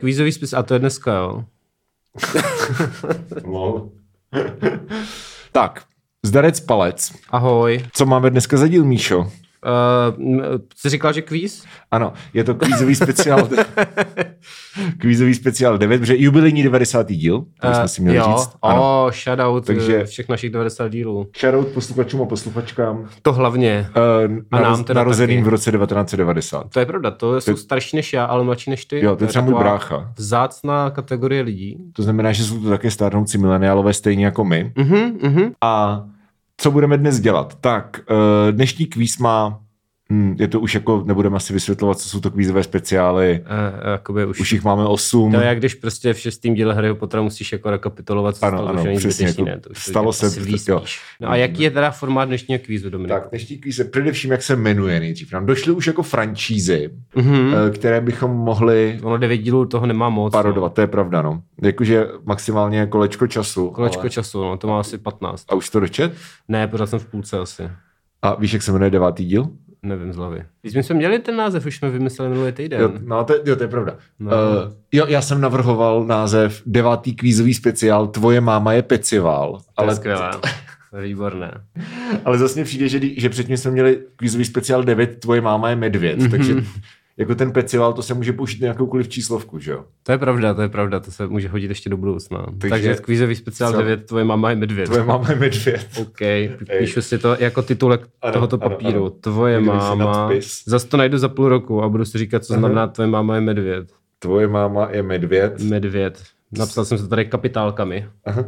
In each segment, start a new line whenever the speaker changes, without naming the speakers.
Kvízový spis, a to je dneska, jo.
No. tak, zdarec palec.
Ahoj.
Co máme dneska za díl, Míšo?
Uh, jsi říkal, že kvíz?
Ano, je to kvízový speciál. kvízový speciál 9, protože jubilejní 90. díl, to jsme si měli
Eh, jo.
říct. Ano.
Ano. Oh, shoutout
Takže-
Takže... všech našich 90 dílů.
Shoutout posluchačům a posluchačkám
To hlavně.
uh,
nám
naroz,
teda
narozeným
taky.
v roce 1990.
To je pravda, to jsou starší než já, ale mladší než ty.
Jo, to je třeba můj
taková
brácha.
Vzácná kategorie lidí.
To znamená, že jsou to také stárnoucí mileniálové stejně jako my.
Mhm, mhm.
A co budeme dnes dělat? Tak, eh, dnešní kvíz má, hm, je to už jako, nebudeme asi vysvětlovat, co jsou to kvízové speciály,
Uh, jakoby už,
už jich máme osm.
To je, jak když prostě v šestém díle hry Pottera musíš jako rekapitulovat, co
Ano,
stalo,
ano,
že není
přesně,
zbytečný,
jako
ne, to už
stalo
to
se,
asi ví
jo.
spíš. No a jaký je teda formát dnešního kvízu, Dominik?
Tak, dnešní kvíz je především, jak se jmenuje nejdřív. Nám došly už jako franšízy,
Mhm.
eh, které bychom mohli
Ono devět dílů toho nemá moc. No.
parodovat, to je pravda, no. Jakože maximálně kolečko času.
Kolečko
ale...
času, no, to má asi 15.
A už to dočet?
Ne, pořád jsem v půlce asi.
A víš, jak se jmenuje devátý díl?
Nevím z hlavy. Když jsme měli ten název, už jsme vymysleli minulý týden.
Jo, no, to, jo, to je pravda. No.
No.
Uh, jo, já jsem navrhoval název devátý kvízový speciál Tvoje máma je pecival.
to je
Ale,
skvělé. Výborné.
ale zase mně přijde, že, kdy- že předtím jsme měli kvízový speciál 9 Tvoje máma je medvěd,
Mhm.
mm-hmm. takže jako ten pecival, to se může použít na jakoukoliv číslovku, že jo?
To je pravda, to je pravda, to se může hodit ještě do budoucna. Takže, Takže kvízový speciál
Co?
9, tvoje máma je medvěd.
Tvoje máma je medvěd.
OK, píšu si to jako titulek
Ano,
ano, tohoto
ano,
papíru.
ano.
Tvoje
Někde si
máma.
nadpis.
Zas to najdu za půl roku a budu si říkat, co
Aha.
znamená tvoje máma je medvěd.
Tvoje máma je medvěd.
Medvěd. Napsal jsem se tady kapitálkami,
Aha.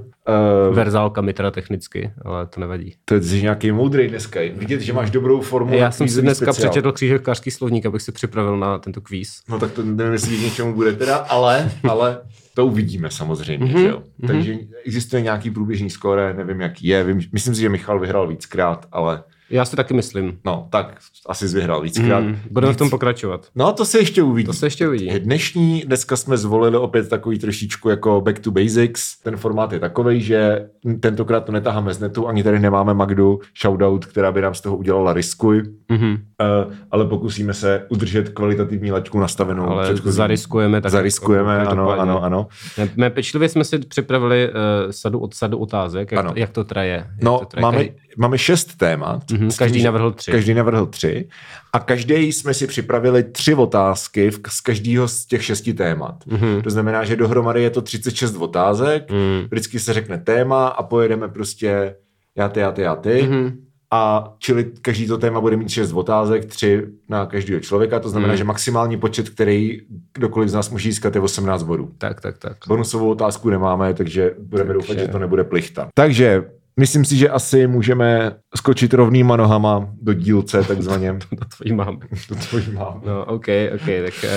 Uh,
verzálkami teda technicky, ale to nevadí.
to je jsi nějaký moudrý dneska. Vidět, že máš dobrou formu. na
Já jsem si
kvízový
dneska
speciál.
přečetl křížovkářský slovník, abych se připravil na tento kvíz.
No tak to nevím, jestli k něčemu bude teda, ale, ale to uvidíme samozřejmě,
Mhm,
mm-hmm. že jo. Takže existuje nějaký průběžný skóre, nevím jaký je, vím, myslím si, že Michal vyhrál víckrát, ale
Já si taky myslím.
no, tak asi jsi vyhrál víckrát.
Hmm, budeme v tom pokračovat.
No to se ještě uvidí.
To se ještě uvidí.
Dnešní dneska jsme zvolili opět takový trošičku jako back to basics. Ten formát je takový, že tentokrát to netaháme z netu, ani tady nemáme Magdu shoutout, která by nám z toho udělala riskuj,
Mhm.
Eh, ale pokusíme se udržet kvalitativní laťku nastavenou.
Ale
předchozí.
zariskujeme. Tak jako
Zariskujeme, ano,
každopádně.
ano, ano.
Ne, ne, pečlivě jsme si připravili uh, sadu od sadu otázek, jak,
Ano.
to, jak to traje. Jak
No,
to traje.
máme,
Každý,
máme šest témat.
Mhm,
S tím,
každý
že-
navrhl tři.
Každý navrhl tři. A každý jsme si připravili tři otázky v, z každého z těch šesti témat.
Mhm.
To znamená, že dohromady je to 36 otázek.
Mm.
Vždycky se řekne téma a pojedeme prostě já ty, já ty, já ty.
Mhm.
A čili každý to téma bude mít šest otázek, tři na každého člověka. To znamená,
Mhm.
že maximální počet, který kdokoliv z nás může získat, je 18 bodů.
Tak, tak, tak.
Bonusovou otázku nemáme, takže budeme
Takže-
doufat, že to nebude plichta. Takže myslím si, že asi můžeme skočit rovnýma nohama do dílce takzvaně.
To tvojí mám.
to tvojí mám.
No, OK, OK, tak uh,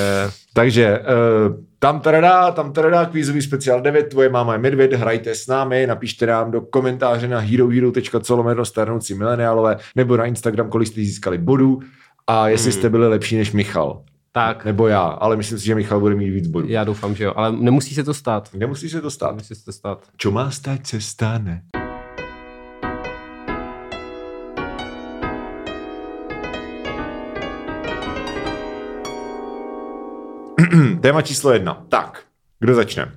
Takže uh, tam tradá, tam tradá, kvízový speciál 9, tvoje máma je medvěd, hrajte s námi, napište nám do komentáře na herohero.co lomeno starnoucí mileniálové nebo na Instagram, kolik jste získali bodů a jestli jste byli lepší než Michal.
tak.
Nebo já, ale myslím si, že Michal bude mít víc bodů.
Já doufám, že jo, ale nemusí se to stát.
Nemusí se to stát.
Nemusí se to stát.
Čo má stát, se stane. téma číslo jedna. Tak, kdo začne?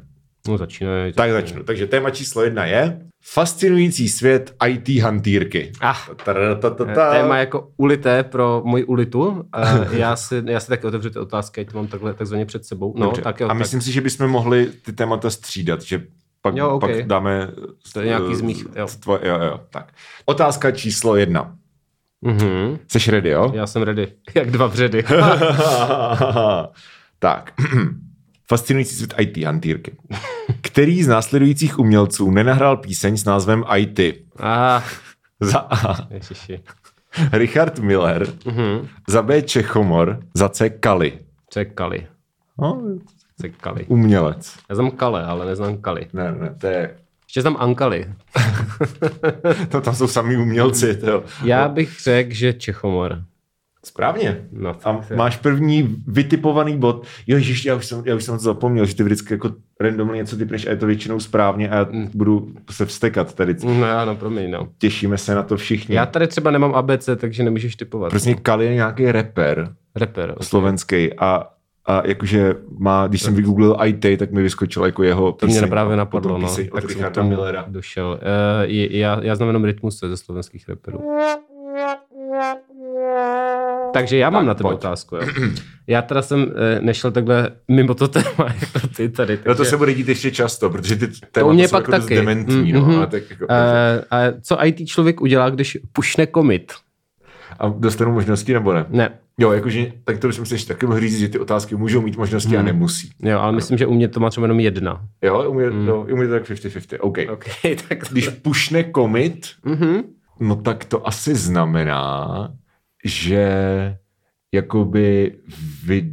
No začínají.
Tak začnu. Takže téma číslo jedna je fascinující svět IT hantýrky.
Ah,
Tadadadadada.
téma jako ulité pro můj ulitu. Eh, já, si, já si taky otevřu ty otázky, ať to mám takhle takzvaně před sebou. No,
Dobře.
tak jo,
A myslím si, že bychom mohli ty témata střídat, že pak,
Jo, ok.
pak dáme...
To je nějaký
eh,
z mých, jo.
Tvo, jo, jo, tak. Otázka číslo jedna.
tak. Mhm.
Jsi ready, jo?
Já jsem ready. Jak dva vředy.
tak. Fascinující svět IT hantýrky. Který z následujících umělců nenahrál píseň s názvem IT?
ah,
Za A.
ježiši.
Richard Miller,
Mhm.
za B. Čechomor, za C. Kali.
Čekali.
No,
Čekali.
umělec.
Já znám Kale, ale neznám Kali.
Ne, ne, to je...
Ještě znám Ankali.
To tam jsou samý umělci, to jo.
Já bych řekl, že Čechomor.
Správně.
No,
A máš první vytipovaný bod. Jo, ježiš, já už jsem, já už jsem to zapomněl, že ty vždycky jako randomně něco typneš a je to většinou správně a já
Mm.
budu se vstekat tady.
No, já, no, promiň, no.
Těšíme se na to všichni.
Já tady třeba nemám ABC, takže nemůžeš typovat.
Prostě Kali je nějaký rapper
Reper.
slovenský a A jakože má, když jsem vygooglil IT, tak mi vyskočilo jako jeho
To mě
píseň
právě
a
napadlo,
potom
no.
píseň Od
Tak jsem k
Richarda
tomu
Millera.
došel. Uh, já, já znám jenom rytmus ze slovenských reperů. Takže já mám
Tak,
na tebe
pojď.
otázku. Jo. Já teda jsem eh, nešel takhle mimo to téma, jako ty tady. Takže,
No to se bude dít ještě často, protože ty témata
u mě
jsou
pak
jako dost
taky.
dementní,
Mhm.
no, ale tak jako,
eh, a co IT člověk udělá, když pušne komit?
a dostanu možnosti nebo ne?
Ne,
Jo, jakože, tak to bych si ještě taky mohl říct, že ty otázky můžou mít možnosti
Mhm.
a nemusí.
jo, ale myslím, že u mě to má třeba jenom jedna.
Jo, u mě,
Mhm.
no, u mě to tak 50-50, OK.
OK, tak...
Když pušne komit,
Mhm.
no tak to asi znamená, že jakoby vy,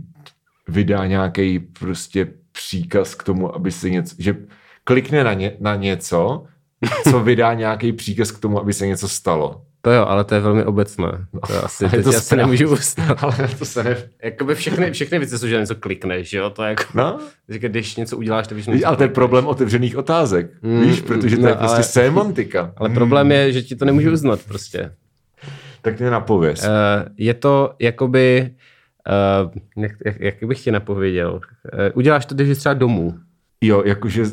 vydá nějaký prostě příkaz k tomu, aby se něco, že klikne na, ně, na něco, co vydá nějaký příkaz k tomu, aby se něco stalo.
To jo, ale to je velmi obecné. To je asi,
je
teď
to
já se
správně.
nemůžu ustat.
Ale na to se ne...
Jakoby všechny, všechny věci jsou, že něco klikneš, jo? To je jako,
No,
že když něco uděláš, to víš,
víš, ale to je problém otevřených otázek,
Mm,
víš, protože to
no,
je prostě
ale-
semantika. Hmm,
ale problém je, že ti to nemůžu uznat prostě.
Tak mě napověz.
Eh, je to jakoby, uh, jak, jak, jak bych ti napověděl, uh, uděláš to, když jsi třeba domů.
Jo, jakože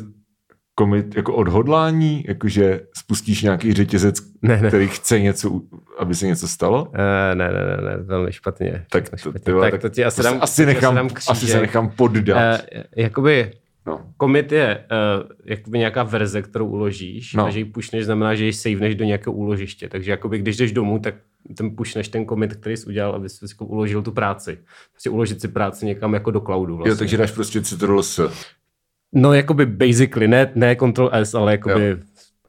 komit, jako odhodlání, jakože spustíš nějaký řetězec,
Ne, ne.
který chce něco, u- aby se něco stalo?
Uh, ne, ne, ne, ne, velmi špatně.
Tak
Velmi
to,
špatně.
ty vole,
tak to ti asi
to se
dám,
asi,
to ti
nechám,
dám
asi se
křížek.
nechám poddat.
Eh, vlastně. jakoby
no.
Commit je uh, jakoby nějaká verze, kterou uložíš
No.
no. a že ji pushneš, znamená, že ji saveneš do nějakého úložiště. Takže jakoby, když jdeš domů, tak ten pushneš ten commit, který jsi udělal, aby jsi jako uložil tu práci. Prostě uložit si práci někam jako do cloudu vlastně.
Jo, takže dáš prostě Ctrl S.
No jakoby basically, ne, ne Ctrl S, ale jakoby jo.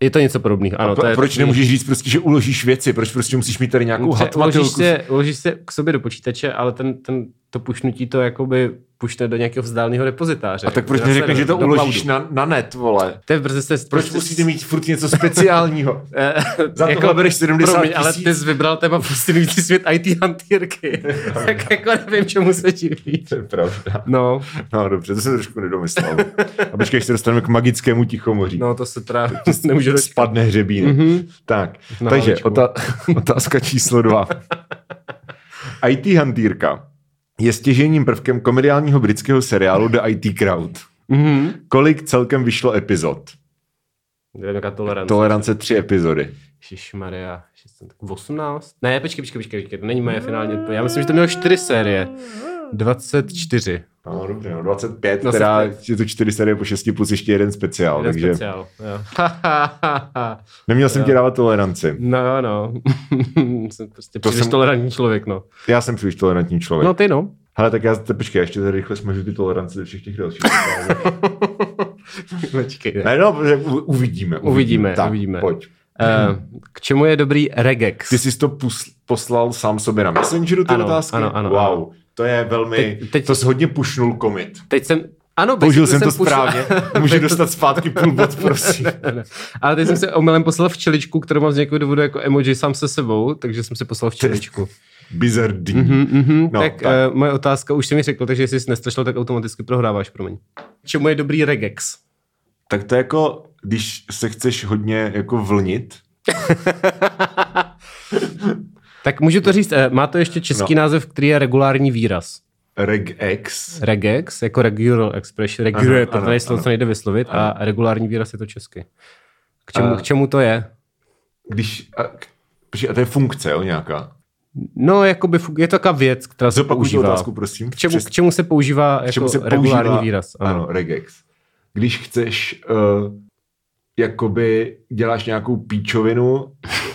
je to něco podobného. Ano, to
Pro,
je
proč nemůžeš říct prostě, že uložíš věci? Proč prostě musíš mít tady nějakou
Pře- uložíš,
hatmatilku?
se, uložíš se k sobě do počítače, ale ten, ten, to pušnutí to jakoby pušne do nějakého vzdáleného repozitáře.
A tak proč
Zase
neřekneš,
do-
že to
do
uložíš
cloudu. Prostě
na, na net, vole?
To je brzy se...
Proč musíte mít furt něco speciálního?
Eh,
Za tohle bereš 70
promiň, ale
tisíc?
ty jsi vybral téma fascinující svět IT hantýrky. tak jako nevím, čemu se divíš.
To je pravda.
No,
No dobře, to jsem trošku nedomyslel. A počkej, až se dostaneme k magickému tichomoří.
no to se teda Mhm, nemůžu dočkat.
spadne hřebínek. Mm-hmm. Tak,
Na
takže
hlavičku.
ota- otázka číslo dva. IT hantýrka je stěžením prvkem komediálního britského seriálu The IT Crowd.
Mm-hmm.
Kolik celkem vyšlo epizod?
Nevím, jaká tolerance.
Tolerance tři epizody.
Maria, 18? Ne, počkej, počkej, počkej, počkej, to není moje finální odpověď. Já myslím, že to mělo 4 série. 24.
No dobře, no 25, teda je to čtyři série po 6 plus ještě jeden speciál, jeden
Jeden
takže speciál.
speciál. Jo.
neměl jsem ti dávat toleranci.
no jo, no. jsem prostě
To
příliš
jsem-
tolerantní člověk, no.
Já jsem příliš tolerantní člověk.
No
No.
ty no.
Hele, tak já, te, počkej, já ještě tady rychle smažu ty tolerance do všech těch dalších.
Počkej.
ne, no, protože u- uvidíme, uvidíme.
Uvidíme,
tak,
uvidíme.
Pojď.
Eh, k čemu je dobrý regex?
Ty jsi to pus- poslal sám sobě na Messengeru, ty
Ano,
otázky?
ano, ano,
wow,
ano.
to je velmi... Teď,
Teď-
teď...
teď-
To jsi hodně pušnul komit.
Teď jsem, ano,
Použil
basically
jsem to
pušil-
správně. Můžu dostat zpátky půl bod, prosím.
Ale teď jsem se omylem poslal včeličku, kterou mám z nějakého důvodu jako emoji sám se sebou, takže jsem si poslal včeličku.
Bizardní.
Mm-hmm,
No,
no, tak,
tak.
tak. Uh, moje otázka, už jsi mi řekl, takže jestli jsi nestrašil, tak automaticky prohráváš, promiň. Čemu je dobrý regex?
Tak to je jako, když se chceš hodně jako vlnit.
Tak můžu to říct, eh, má to ještě český
No.
no. název, který je regulární výraz.
Regex.
Regex, jako regular expression,
Ano,
regular, to
ano,
tady slovo,
ano.
co nejde vyslovit, a regulární výraz je to česky. K čemu,
A-
k čemu to je?
Když... A, počkej, a to je funkce, jo, nějaká.
No, jakoby, fu- je to taková věc, která se
Zopakuj tu
používá.
otázku, prosím.
K čemu, k čemu se používá jako
čemu se
regulární
používá-
výraz?
Ano, ano regex. Když chceš uh, jakoby děláš nějakou píčovinu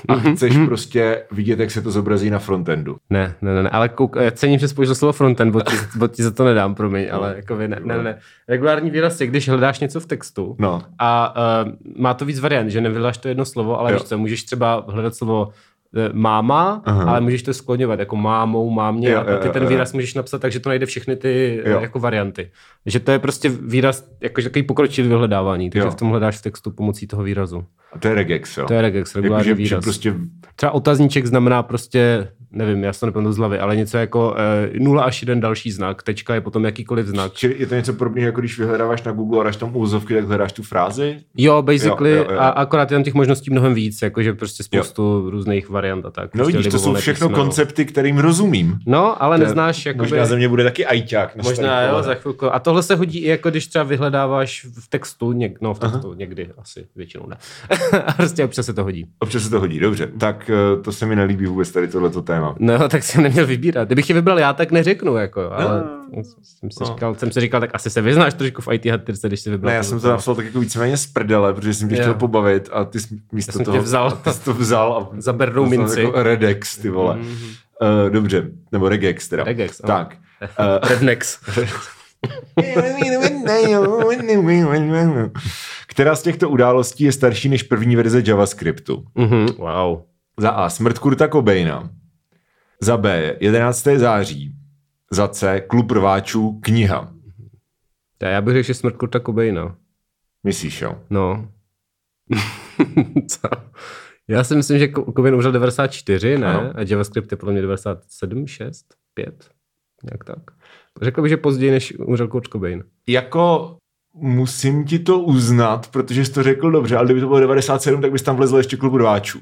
a
Mhm,
chceš prostě vidět, jak se to zobrazí na frontendu.
Ne, ne, ne, ne, ale kouk, eh, cením, že jsi použil slovo frontend, bo ti, bo ti za to nedám,
No,
promiň, ale jako ne, ne, ne. Regulární výraz je, když hledáš něco v textu
No.
a uh, má to víc variant, že nevyhledáš to jedno slovo, ale
Jo.
víš co, můžeš třeba hledat slovo eh, máma,
Aha.
ale můžeš to skloňovat jako mámou, mámě
Jo,
a
jo,
ty
jo,
ten
jo.
výraz můžeš napsat tak, že to najde všechny ty eh,
Jo.
jako varianty. Že to je prostě výraz, jakože takový pokročilý vyhledávání, takže
Jo.
v tom hledáš v textu pomocí toho výrazu.
A to je regex, jo.
To je regex, regulární
Jakože- že
výraz.
prostě
Třeba otazníček znamená prostě, nevím, já si to nepamatuju z hlavy, ale něco jako eh, 0 až 1 další znak, tečka je potom jakýkoliv znak.
Čili je to něco podobného, jako když vyhledáváš na Google a dáš tam úzovky, tak hledáš tu frázi?
Jo, basically,
Jo, jo, jo.
A akorát je tam těch možností mnohem víc, jakože prostě jako spoustu různých varianta. Tak
No vidíš, to jsou
libovolné
všechno
písmeno.
koncepty, kterým rozumím.
No, ale
To je- jako
neznáš, jakoby,
Možná ze mě bude taky ajťák. na
možná
starý
jo,
kole.
za chvilku. A tohle se hodí i jako, když třeba vyhledáváš v textu, něk, no v textu někdy asi většinou ne. a prostě občas se to hodí.
Občas se to hodí, dobře. Tak eh, to se mi nelíbí vůbec tady tohleto téma.
No, tak jsem neměl vybírat. Kdybych je vybral já, tak neřeknu, jako, jo, ale
No.
jsem, si
No.
říkal, jsem si říkal, tak asi se vyznáš trošku v IT hatyrce, když si vybral.
Ne, já
tohle
jsem to
téma.
napsal tak jako víceméně z prdele, protože jsem tě
Jo.
chtěl pobavit a ty jsi místo
Já jsem tě
toho...
vzal.
a Ty jsi to vzal a...
Za bernou
to jsem
minci.
Jako Redex, ty vole.
Mhm.
Eh, dobře, nebo Regex teda.
Regex, no. ano.
Tak. Eh,
Rednex.
Která z těchto událostí je starší než první verze JavaScriptu?
Mhm, wow.
Za A. Smrt Kurta Cobaina. Za B. 11. září. Za C. Klub rváčů. Kniha.
To já bych řekl, že smrt Kurta Cobaina.
Myslíš, jo?
No. Co? Já si myslím, že Co- Cobain umřel 94, ne?
Ano.
A JavaScript je podle mě 97, 6, 5. Nějak tak. Řekl bych, že později, než umřel Kurt Cobain.
Jako musím ti to uznat, protože jsi to řekl dobře, ale kdyby to bylo 97, tak bys tam vlezl ještě klub rváčů.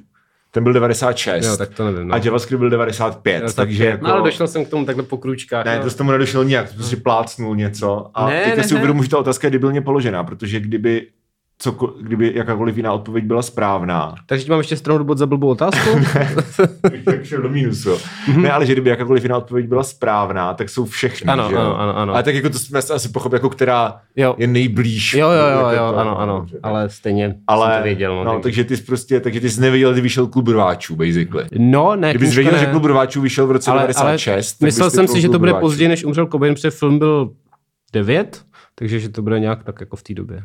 Ten byl 96.
Jo, tak to nevím. No.
A JavaScript byl 95, takže jako...
No, ale došel jsem k tomu takhle po krůčkách.
Ne,
no.
to z tomu nedošel nijak, to prostě plácnul něco. A
Ne,
ne, teďka
ne,
si
ne.
uvědomuji, že ta otázka je debilně položená, protože kdyby, co, kdyby jakákoliv jiná odpověď byla správná,
Takže ti mám ještě stranu bod za blbou otázku?
tak šel do mínusu. jo. Mhm.
Mhm.
ne, ale že kdyby jakákoliv jiná odpověď byla správná, tak jsou všechny,
Ano,
že jo?
ano, ano, ano.
Ale tak jako to jsme asi pochopili, jako která
jo.
je nejblíž.
Jo, jo, jo,
Jako
jo,
to,
ano, ano.
dobře.
Ale stejně
ale,
jsem to věděl.
no, takže... takže ty jsi prostě, takže ty jsi nevěděl, kdy vyšel klub rváčů, basically.
No, ne,
Kdyby jsi
knížka
věděl,
ne.
že klub rváčů vyšel v roce
Ale- ale
96, tak
Myslel
bys
jsem
typnul
si, že
Klub
to bude
rváčů.
později, než umřel Cobain, protože film byl 9, takže že to bude nějak tak jako v té době.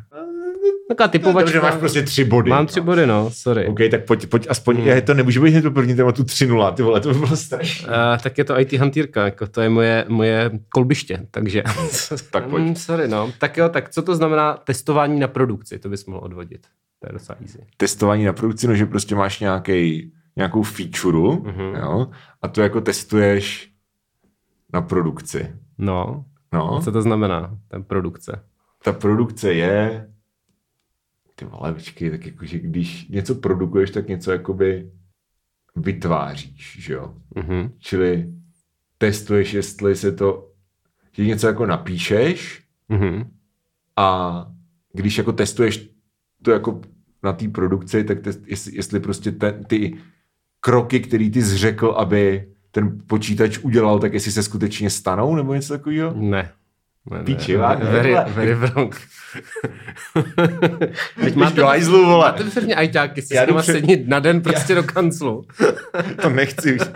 Taková
No, Dobře,
typovačka.
máš prostě tři body.
Mám tři
no.
body, no, sorry.
OK, tak pojď, pojď aspoň, hmm. to nemůže být hned po první tématu 3 0, ty vole, to by bylo strašné.
Uh, tak je to IT hantýrka, jako to je moje, moje kolbiště, takže...
Tak pojď.
Mm, sorry, no. Tak jo, tak co to znamená testování na produkci? To bys mohl odvodit. To je docela easy.
Testování na produkci, no, že prostě máš nějaký, nějakou feature,
Mhm.
jo, a to jako testuješ na produkci.
No,
No,
co to znamená, ten produkce?
ta produkce je, ty vole, počkej, tak jako, že když něco produkuješ, tak něco jakoby vytváříš, že jo.
Mhm.
Čili testuješ, jestli se to, že něco jako napíšeš,
Mhm.
A když jako testuješ to jako na té produkci, tak test, jestli, jestli prostě ten, ty kroky, který ty zřekl, aby ten počítač udělal, tak jestli se skutečně stanou, nebo něco takového?
Ne. Ne, ne.
Píči, vážně,
very,
vole.
very wrong. Teď
Máš do hajzlu, vole.
Máte přesně ajťáky, si
Já
s nima
jdu před-
sednit na den prostě do kanclu.
To nechci už.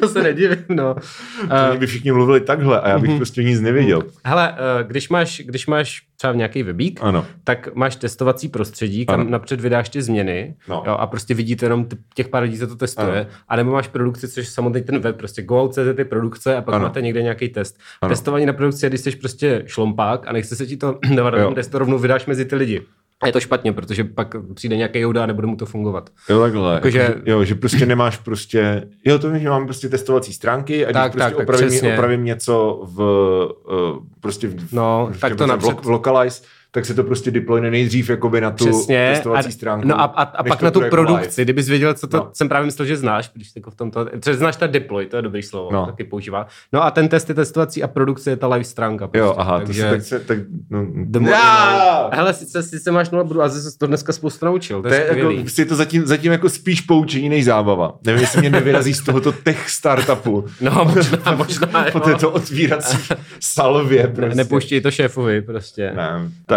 to se nedivím, no.
To
Eh,
mě by všichni mluvili takhle a já bych
Mhm.
prostě nic nevěděl.
Hele, eh, když máš, když máš třeba nějaký webík,
Ano.
tak máš testovací prostředí, kam
Ano.
napřed vydáš ty změny
No.
jo, a prostě vidíte jenom t- těch pár lidí, co to testuje.
Ano.
A nebo máš produkci, což je samotný ten web, prostě go.cz ty produkce a pak
Ano.
máte někde nějaký test.
Ano.
Testování na produkci je, když jsi prostě šlompák a nechce se ti to dávat na
Jo.
ten test, to rovnou vydáš mezi ty lidi. A je to špatně, protože pak přijde nějaký jouda a nebude mu to fungovat.
Jo, takhle.
Jakože-
Jakože... Jo, že prostě nemáš prostě... Jo, to vím, že mám prostě testovací stránky a když
Tak,
tak, prostě
tak,
tak,
tak,
opravím,
přesně.
opravím něco v... Uh, prostě v,
No,
v,
tak
v,
to
v,
napřed-
v localize, tak se to prostě deployne nejdřív jakoby na tu
Přesně.
testovací
a,
stránku.
No a, a, a
než
pak
to
na tu
bude jako
produkci,
live.
kdybys věděl, co to,
No.
jsem právě myslel, že znáš, když jako v tomto, třeba znáš ta deploy, to je dobrý slovo,
No.
no. taky používá. No a ten test je testovací a produkce je ta live stránka. Prostě.
Jo, aha, takže... to
takže...
se tak... Se, tak no,
the more you know. Hele, sice, sice máš nula bodů a zase to dneska spoustu naučil, to
To
je,
je
skvělý.
jako, si to zatím, zatím jako spíš poučení než zábava. Nevím, jestli mě nevyrazí z tohoto tech startupu.
No, možná, možná,
po
jo.
této otvírací salvě
Ne,
prostě.
nepouštěj to šéfovi prostě.
Ne,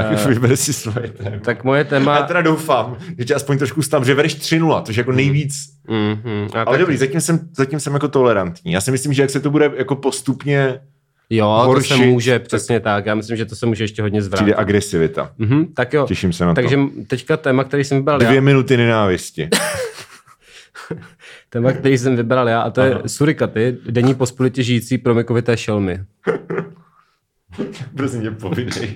tak uh, vyber si svoje téma.
Tak moje
Já
téma...
teda doufám, že tě aspoň trošku stám, že vereš 3-0, což je jako nejvíc.
Mhm, a
Ale
tak-
dobrý, zatím jsem, zatím jsem jako tolerantní. Já si myslím, že jak se to bude jako postupně,
Jo, to se
horší,
může,
tak-
přesně tak. Já myslím, že to se může ještě hodně
přijde
zvrátit.
agresivita.
Mhm, tak jo.
Těším se na
Takže
to.
teďka téma, který jsem vybral já.
Dvě minuty nenávisti.
Téma, který jsem vybral já, a to
Mhm. Aha.
je surikaty, denní pospolitě žijící promykovité šelmy.
Prosím tě, povidej.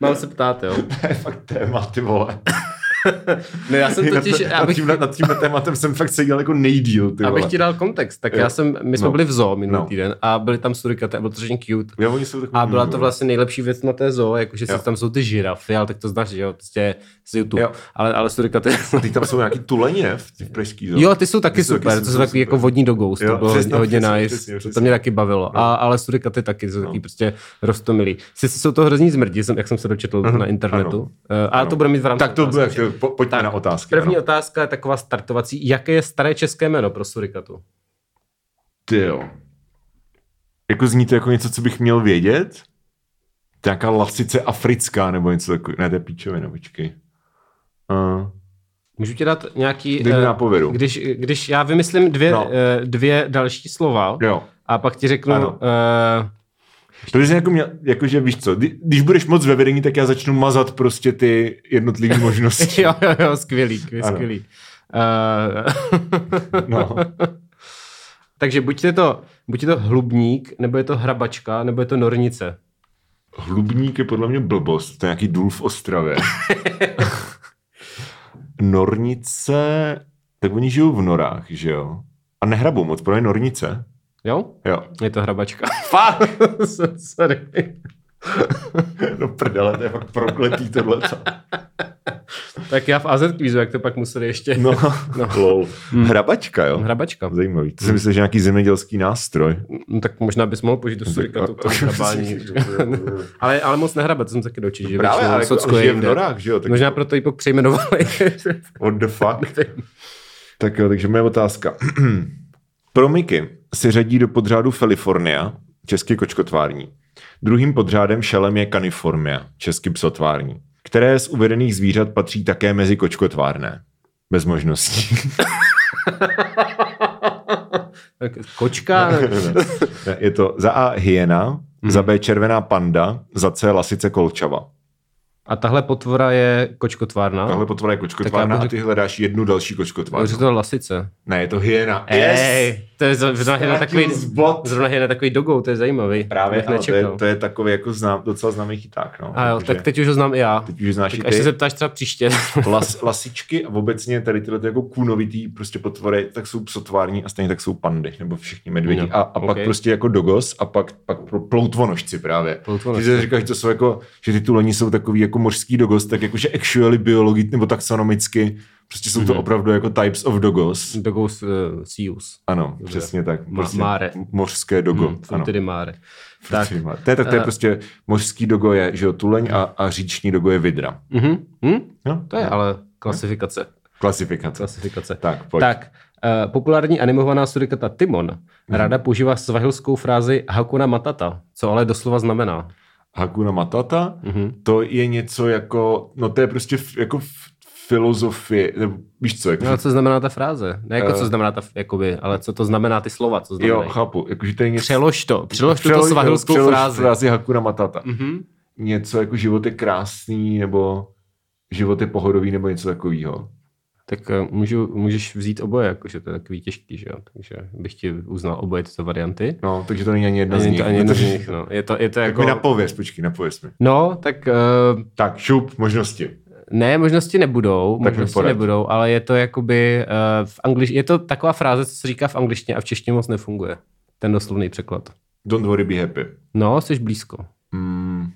Mám se ptát, jo.
To je fakt téma, ty vole.
No já jsem totiž,
nad, nad,
abych,
tím, nad tímhle tématem jsem fakt seděl jako nejdíl, ty
abych
vole.
ti dal kontext, tak
Jo.
já jsem, my jsme
No.
byli v zoo minulý
No.
týden a byli tam surikaty a byl to řešení cute.
Jo, oni jsou takový
A byla
milí,
to
jo.
vlastně nejlepší věc na té zoo, jakože
Jo.
sice tam jsou ty žirafy, ale tak to znáš, že jo, prostě z YouTube.
Jo.
Ale, ale surikaty...
Teď tam jsou nějaký tuleni, ne? V těch pražských.
Jo, ty jsou taky
Ty jsou taky
super, to
super,
jsou takový
super.
jako vodní dogous, to
Jo,
bylo
přesně,
přesně, hodně
přesně,
nice,
přesně,
to
přesně. No.
mě taky bavilo. A, ale surikaty taky, jsou taky prostě rostomilý. Sice jsou to hrozný zmrdi, jsem, jak jsem se dočetl na internetu, Eh, ale to bude mít v rámci
Mhm. Tak to
otázky.
bude, po, pojďme na otázky.
První
ano.
otázka je taková startovací. Jaké je staré české jméno pro surikatu?
Ty jo. Jako zní to jako něco, co bych měl vědět? To je Nějaká lasice africká nebo něco takového. Ne, to je píčovina, počkej. Uh,
Můžu ti dát nějaký...
Dej mi
eh,
nápovědu.
Když, když já vymyslím dvě,
No.
no. dvě další slova
jo.
a pak ti řeknu...
Ano.
eh,
To bys jako měl, jakože víš co, kdy- když budeš moc ve vedení, tak já začnu mazat prostě ty jednotlivé možnosti.
jo, jo, jo, skvělý, skvělý.
Ano.
skvělý. Eh,
No.
Takže buď je to, buď je to hlubník, nebo je to hrabačka, nebo je to nornice.
Hlubník je podle mě blbost, to je nějaký důl v Ostravě. nornice, tak oni žijou v norách, že jo? A nehrabou moc, pro ně nornice.
Jo?
Jo.
Je to hrabačka.
Fuck!
Sorry.
No prdele, to je fakt prokletý tohleto.
Tak já v AZ kvízu, jak to pak museli ještě...
No, no. Lol. Hrabačka, jo?
Hrabačka.
Zajímavý. To si myslíš, že nějaký zemědělský nástroj?
No, tak možná bys mohl použít do surikatu. to hrabání. ale, ale moc nehrabe, to jsem taky dočil, že
Právě,
většinou
ale jako,
Socko
ale
je
žije v
jinde.
norách, že jo? Tak
Možná proto ji pak přejmenovali.
What the fuck? tak jo, takže moje otázka. Promiky se řadí do podřádu Felifornia, český kočkotvární. Druhým podřádem šelem je Caniformia, český psotvární, které z uvedených zvířat patří také mezi kočkotvárné. Bez možností.
Tak Kočka?
Ne, Je to za A hyena,
Mhm.
hmm. za B červená panda, za C lasice kolčava.
A tahle potvora je kočkotvárná.
Tahle potvora je kočkotvárna
Tak já
a
budu-
ty hledáš jednu další
Takže
kočkotvárnu.
to je lasice.
Ne, je to hyena.
Ej, to je zrovna zrovna takový,
Ztratil zbot.
zrovna hyena takový dogou, to je zajímavý.
Právě,
Bych
ale to je,
nečekal.
to je takový jako znám, docela známý chyták. No.
A jo,
Takže
tak teď už ho znám i já.
teď už znáš i
Tak
ty.
až se zeptáš třeba příště.
Las, lasičky a obecně tady tyhle ty jako kůnovitý prostě potvory, tak jsou psotvární a stejně tak jsou pandy, nebo všichni medvědi.
No,
a, a pak
ok.
prostě jako dogos a pak, pak pro- ploutvonožci právě.
Ploutvonožci.
Když říkáš, že to jsou jako, že ty tuleni jsou takový jako mořský dogos, tak jakože actually biologicky nebo taxonomicky, prostě jsou
Mhm.
to opravdu jako types of dogos.
Dogou s uh, Sius.
Ano, přesně tak.
Ma-
Prostě
máre.
Mořské dogo.
Hm,
ano.
Tedy máre.
Tak.
Tak. Eh.
To je, tak to je prostě mořský dogo je, že jo, tuleň a, a říční dogo je vidra.
Mhm. Hm?
No,
To je ale klasifikace.
Klasifikace.
Klasifikace.
Tak, pojď. Mhm.
Tak, eh, populární animovaná surikata Timon ráda používá svahilskou frázi Hakuna Matata, co ale doslova znamená.
Hakuna Matata,
Mhm.
to je něco jako, no to je prostě f, jako f, filozofie, nebo víš co, jako,
No, ale co znamená ta fráze? Ne jako
Eh.
co znamená ta, f- jakoby, ale co to znamená ty slova, co
jo,
znamená.
chápu, jakože to je něco...
Přelož to, přelož tuto
přelož-
svahilskou
přelož
frázi.
frázi Hakuna Matata.
Mhm.
Něco jako život je krásný, nebo život je pohodový, nebo něco takového.
Tak eh, můžu, můžeš vzít oboje, jakože to je takový těžký, že jo? Takže bych ti uznal oboje tyto varianty.
No, takže to není ani jedna z
Není
nich.
to ani jedno z
protože-
nich, no. Je to, je to
Tak mi
jako...
napověz, počkej, napověz mi.
No, tak eh,
Tak, šup, možnosti.
Ne, možnosti nebudou,
mi
možnosti
poraď.
nebudou, ale je to jakoby uh, v anglič... je to taková fráze, co se říká v angličtině a v češtině moc nefunguje. Ten doslovný překlad.
Don't worry, be happy.
No, jsi blízko.
Mm.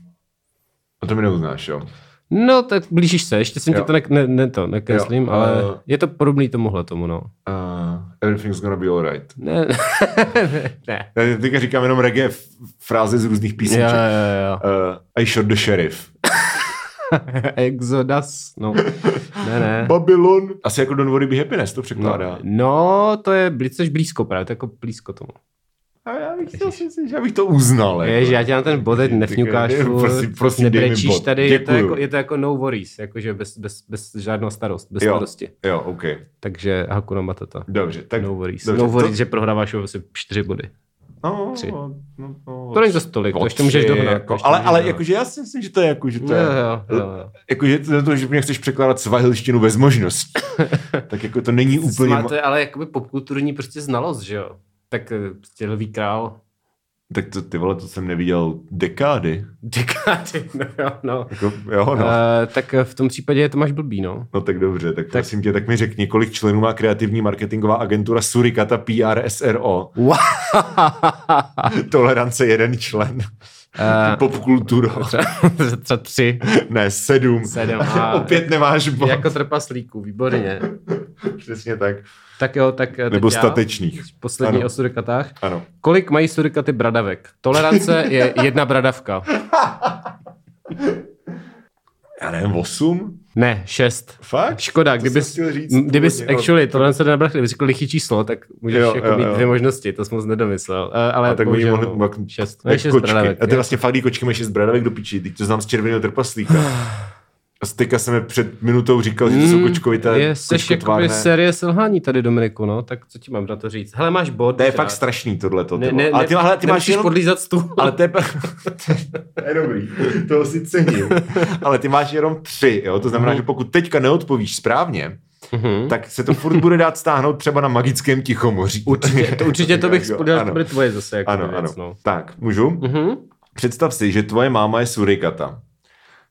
A to mi neuznáš, jo?
No, tak blížíš se, ještě jsem
Jo.
tě to ne, ne, ne to nekreslím,
Jo,
ale
eh.
je to podobný tomuhle tomu, no.
Uh, everything's gonna be alright.
Ne, ne, ne.
Já teďka říkám jenom reggae f- fráze z různých
Jo,
písniček.
jo, jo, jo.
Uh, I shot the sheriff.
Exodus, no. Ne, ne.
Babylon. Asi jako Don't worry, be happiness to překládá.
Eh. No, no, to je, blí- jsi blízko právě, to je jako blízko tomu.
A já bych, chtěl, si- já bych to uznal. jako.
Ježi, já tě na ten bod teď nefňukáš,
Ty-
furt,
prosím, prosím, dej mi
nebrečíš
bod.
tady, je to,
Děkuju.
jako, je to jako no worries, jakože bez, bez, bez žádnou starost, bez
Jo.
jo. starosti.
Jo, OK.
Takže Hakuna Matata.
Dobře. Tak,
No worries.
dobře,
Dobře, no worries,
To,
že prohráváš o asi čtyři body.
no,
tři.
no, no, no,
To není zas tolik, to ještě můžeš
Tři,
dohnat.
Jako,
ještě
ale
můžeš
ale
dohnat.
jakože já si myslím, že to je jako, že to je,
Jo, jo, jo, jo.
jako, že to, to, že mě chceš překládat svahilštinu bez možností, tak jako to není úplně...
Smá,
mo-
to je ale jakoby popkulturní prostě znalost, že jo? Tak eh, prostě lví král,
Tak to, ty vole, to jsem neviděl dekády.
Dekády, no jo, no.
Jako, jo, no.
Uh, tak v tom případě je to máš blbý, no.
No tak dobře, tak, tak prosím tě, tak mi řekni, kolik členů má kreativní marketingová agentura Surikata PRSRO?
Wow.
Tolerance jeden člen.
Eh,
Popkulturo.
Třeba, třeba tři.
Ne, sedm.
Sedm, a-
Opět nemáš bod.
Jako trpaslíků, výborně.
Přesně tak.
Tak jo, tak eh, teď
Nebo
já.
statečných.
Poslední
Ano.
o surikatách.
Ano.
Kolik mají surikaty bradavek? Tolerance je jedna bradavka.
Já nevím, osm?
Ne, šest.
Fakt?
Škoda,
To
kdyby
jsem chtěl říct
kdyby
původně, ale-
actually, tohle se nenabrach, kdyby řekl lichý číslo, tak můžeš
Jo,
jo, jako
jo,
mít
jo.
dvě možnosti, to jsem moc nedomyslel. Eh, Ale
A tak oni
bohužel,
mohli
no,
pak-
šest.
Ne,
Ne, šest
kočky.
bradavek.
A
je.
ty vlastně fakt jí kočky mají šest bradavek do piči, teď to znám z červeného trpaslíka. A teďka jsem mi před minutou říkal, že to jsou
Mm,
kočkovité,
je, seš jakoby
kočkotvárné.
série selhání tady, Dominiku, no, tak co ti mám na to říct? Hele, máš bod.
To je
teda.
fakt strašný tohleto.
Ne,
Ne,
ne,
ale ty,
ne,
ale ty máš
nemusíš
jenom...
podlízat stůl.
Ale to je... to je dobrý, toho si cením. ale ty máš jenom tři, jo? To znamená,
Mhm.
že pokud teďka neodpovíš správně,
Mhm.
tak se to furt bude dát stáhnout třeba na magickém tichomoří.
Určitě, to, určitě to bych
Jo,
spodil, to
ano.
bude tvoje zase jako
Ano,
věc,
ano.
no.
Tak, můžu?
Mhm.
Představ si, že tvoje máma je surikata.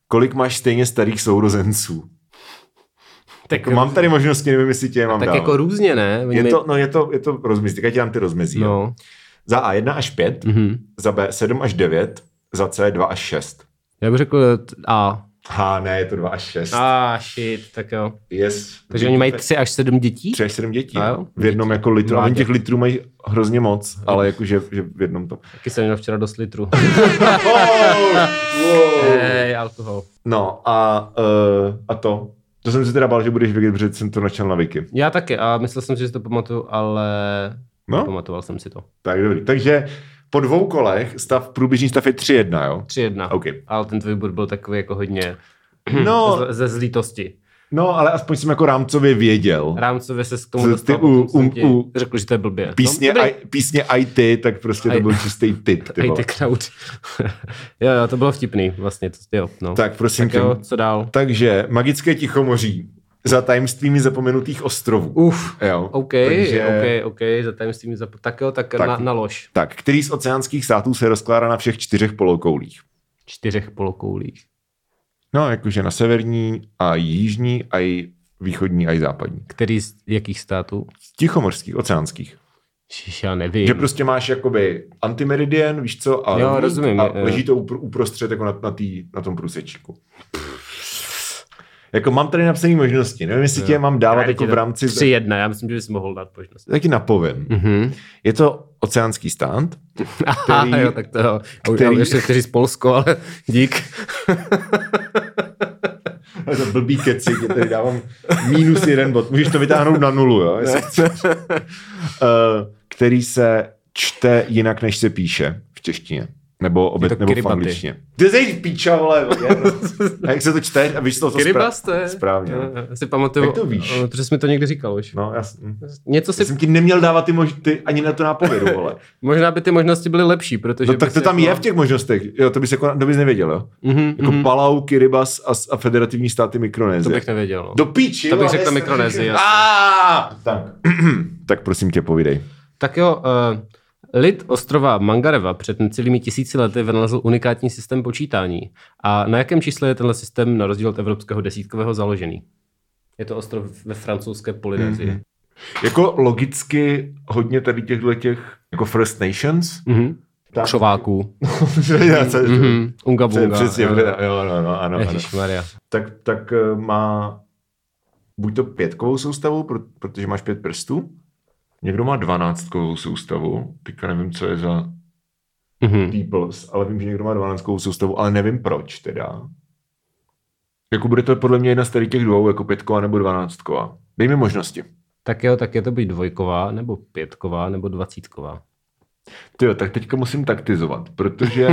Kolik máš stejně starých sourozenců?
Tak,
Jako mám tady možnosti, nevím, jestli tě je mám
tak
dál.
jako různě, ne? Oni
je,
mi-
to, no, je, to, je to rozmezí, teďka ti dám ty rozmezí. jo.
No.
Za A 1 až 5,
Mhm.
za B 7 až 9, za C 2 až 6.
Já bych řekl t- A.
H, ne, je to 2 až 6.
A, shit, tak jo.
Yes.
Takže oni mají tři až sedm dětí?
3 až 7 dětí.
A jo.
no. V jednom jako litru. A oni
Mládě.
těch litrů mají hrozně moc, ale jakože že v jednom tom. Oh,
Taky jsem měl včera dost litrů.
Wow.
Hej, alkohol.
No a, uh, a to. To jsem si teda bál, že budeš vědět, protože jsem to načal na Wiki.
Já taky a myslel jsem si, že si to pamatuju, ale
No.
pamatoval jsem si to.
Tak dobrý. Takže po dvou kolech stav, průběžný stav je 3-1, jo?
3-1.
OK.
Ale ten tvůj bod byl takový jako hodně
No.
z, ze zlítosti.
No, ale aspoň jsem jako rámcově věděl.
Rámcově se k
Co
tomu
ty
dostal,
u-
potom jsem
u-
ti
u-
řekl, že to je blbě.
Písně,
no,
no, písně IT, tak prostě to
Aj-
byl čistý typ. Ty
Ej,
vole.
ty crowd. jo, jo, to bylo vtipný vlastně. To, jo, no.
tak prosím
tak
tě.
jo, co dál?
Takže magické tichomoří za tajemstvími zapomenutých ostrovů.
Uf,
Jo.
Uh, OK,
Takže-
OK, OK, za tajemstvím zap... Tak jo, tak,
Tak.
Na, na lož.
Tak, který z oceánských států se rozkládá na všech čtyřech polokoulích?
Čtyřech polokoulích.
No, jakože na severní a jižní, a i východní, a i západní.
Který z jakých států?
Tichomorských, oceánských.
Šiš, já nevím.
Že prostě máš jakoby antimeridien, víš co, a,
Jo,
rovník
rozumím,
a
jo.
leží to upr- uprostřed jako na, na, tý, na tom průsečíku. Jako mám tady napsané možnosti, nevím, jestli tě je mám dávat
Já
jako
ti
v
to-
rámci...
Tři jedna, já myslím, že bys mohl dát možnost.
Taky napovím.
Mhm.
Je to oceánský stát,
Aha, jo, tak to jo.
který-
Který... Já, ještě kteří z Polsko, ale dík.
Ale za blbý keci, tě tady dávám minus jeden bod. Můžeš to vytáhnout na nulu, jo? Jestli chceš. Eh, který se čte jinak, než se píše v češtině. Nebo,
Je
obecně
to
nebo v
Kiribati.
angličtině. Ty jsi píča, vole. jedno. A jak se to čte? A víš to, to
Kiribas to je?
správně.
Jo, Já si pamatuju,
Jak to víš?
o, protože jsi mi to někdy říkal už.
No, já, s- hm.
Něco
já
si,
jsem ti neměl dávat ty, mož, ty ani na to nápovědu, vole.
možná by ty možnosti byly lepší, protože...
No, tak to
jako-
tam je v těch možnostech. Jo, to bys, jako, to bys nevěděl, jo?
Mm-hmm,
Jako Palau, Kiribas a, s- a federativní státy
To
Mikronézie.
bych nevěděl. No.
Do píči.
To bych
jo,
řekl
jestli-
Mikronézii, jasně.
Ah! Tak. tak prosím tě, povídej.
Tak jo, uh, lid ostrova Mangareva před necelými tisíci lety vynalezl unikátní systém počítání. A na jakém čísle je tenhle systém na rozdíl od evropského desítkového založený? Je to ostrov ve francouzské Polynézii.
Mhm. Jako logicky hodně tady těchto těch jako First Nations.
Mm-hmm.
Tak.
Křováků.
Já se-
Mm-hmm. Unga
se-
bunga. Eh,
Přesně, jo, jo, no, no, ano, ano.
Maria.
Tak, tak eh, má buď to pětkovou soustavu, pro- protože máš pět prstů, někdo má dvanáctkovou soustavu, teďka nevím, co je za
Mm-hmm.
Peoples, ale vím, že někdo má 12 soustavu, ale nevím proč teda. Jako bude to podle mě jedna z tady těch dvou, jako pětková nebo dvanáctková. Dej mi možnosti.
Tak jo, tak je to buď dvojková, nebo pětková, nebo dvacítková.
Ty jo, tak teďka musím taktizovat, protože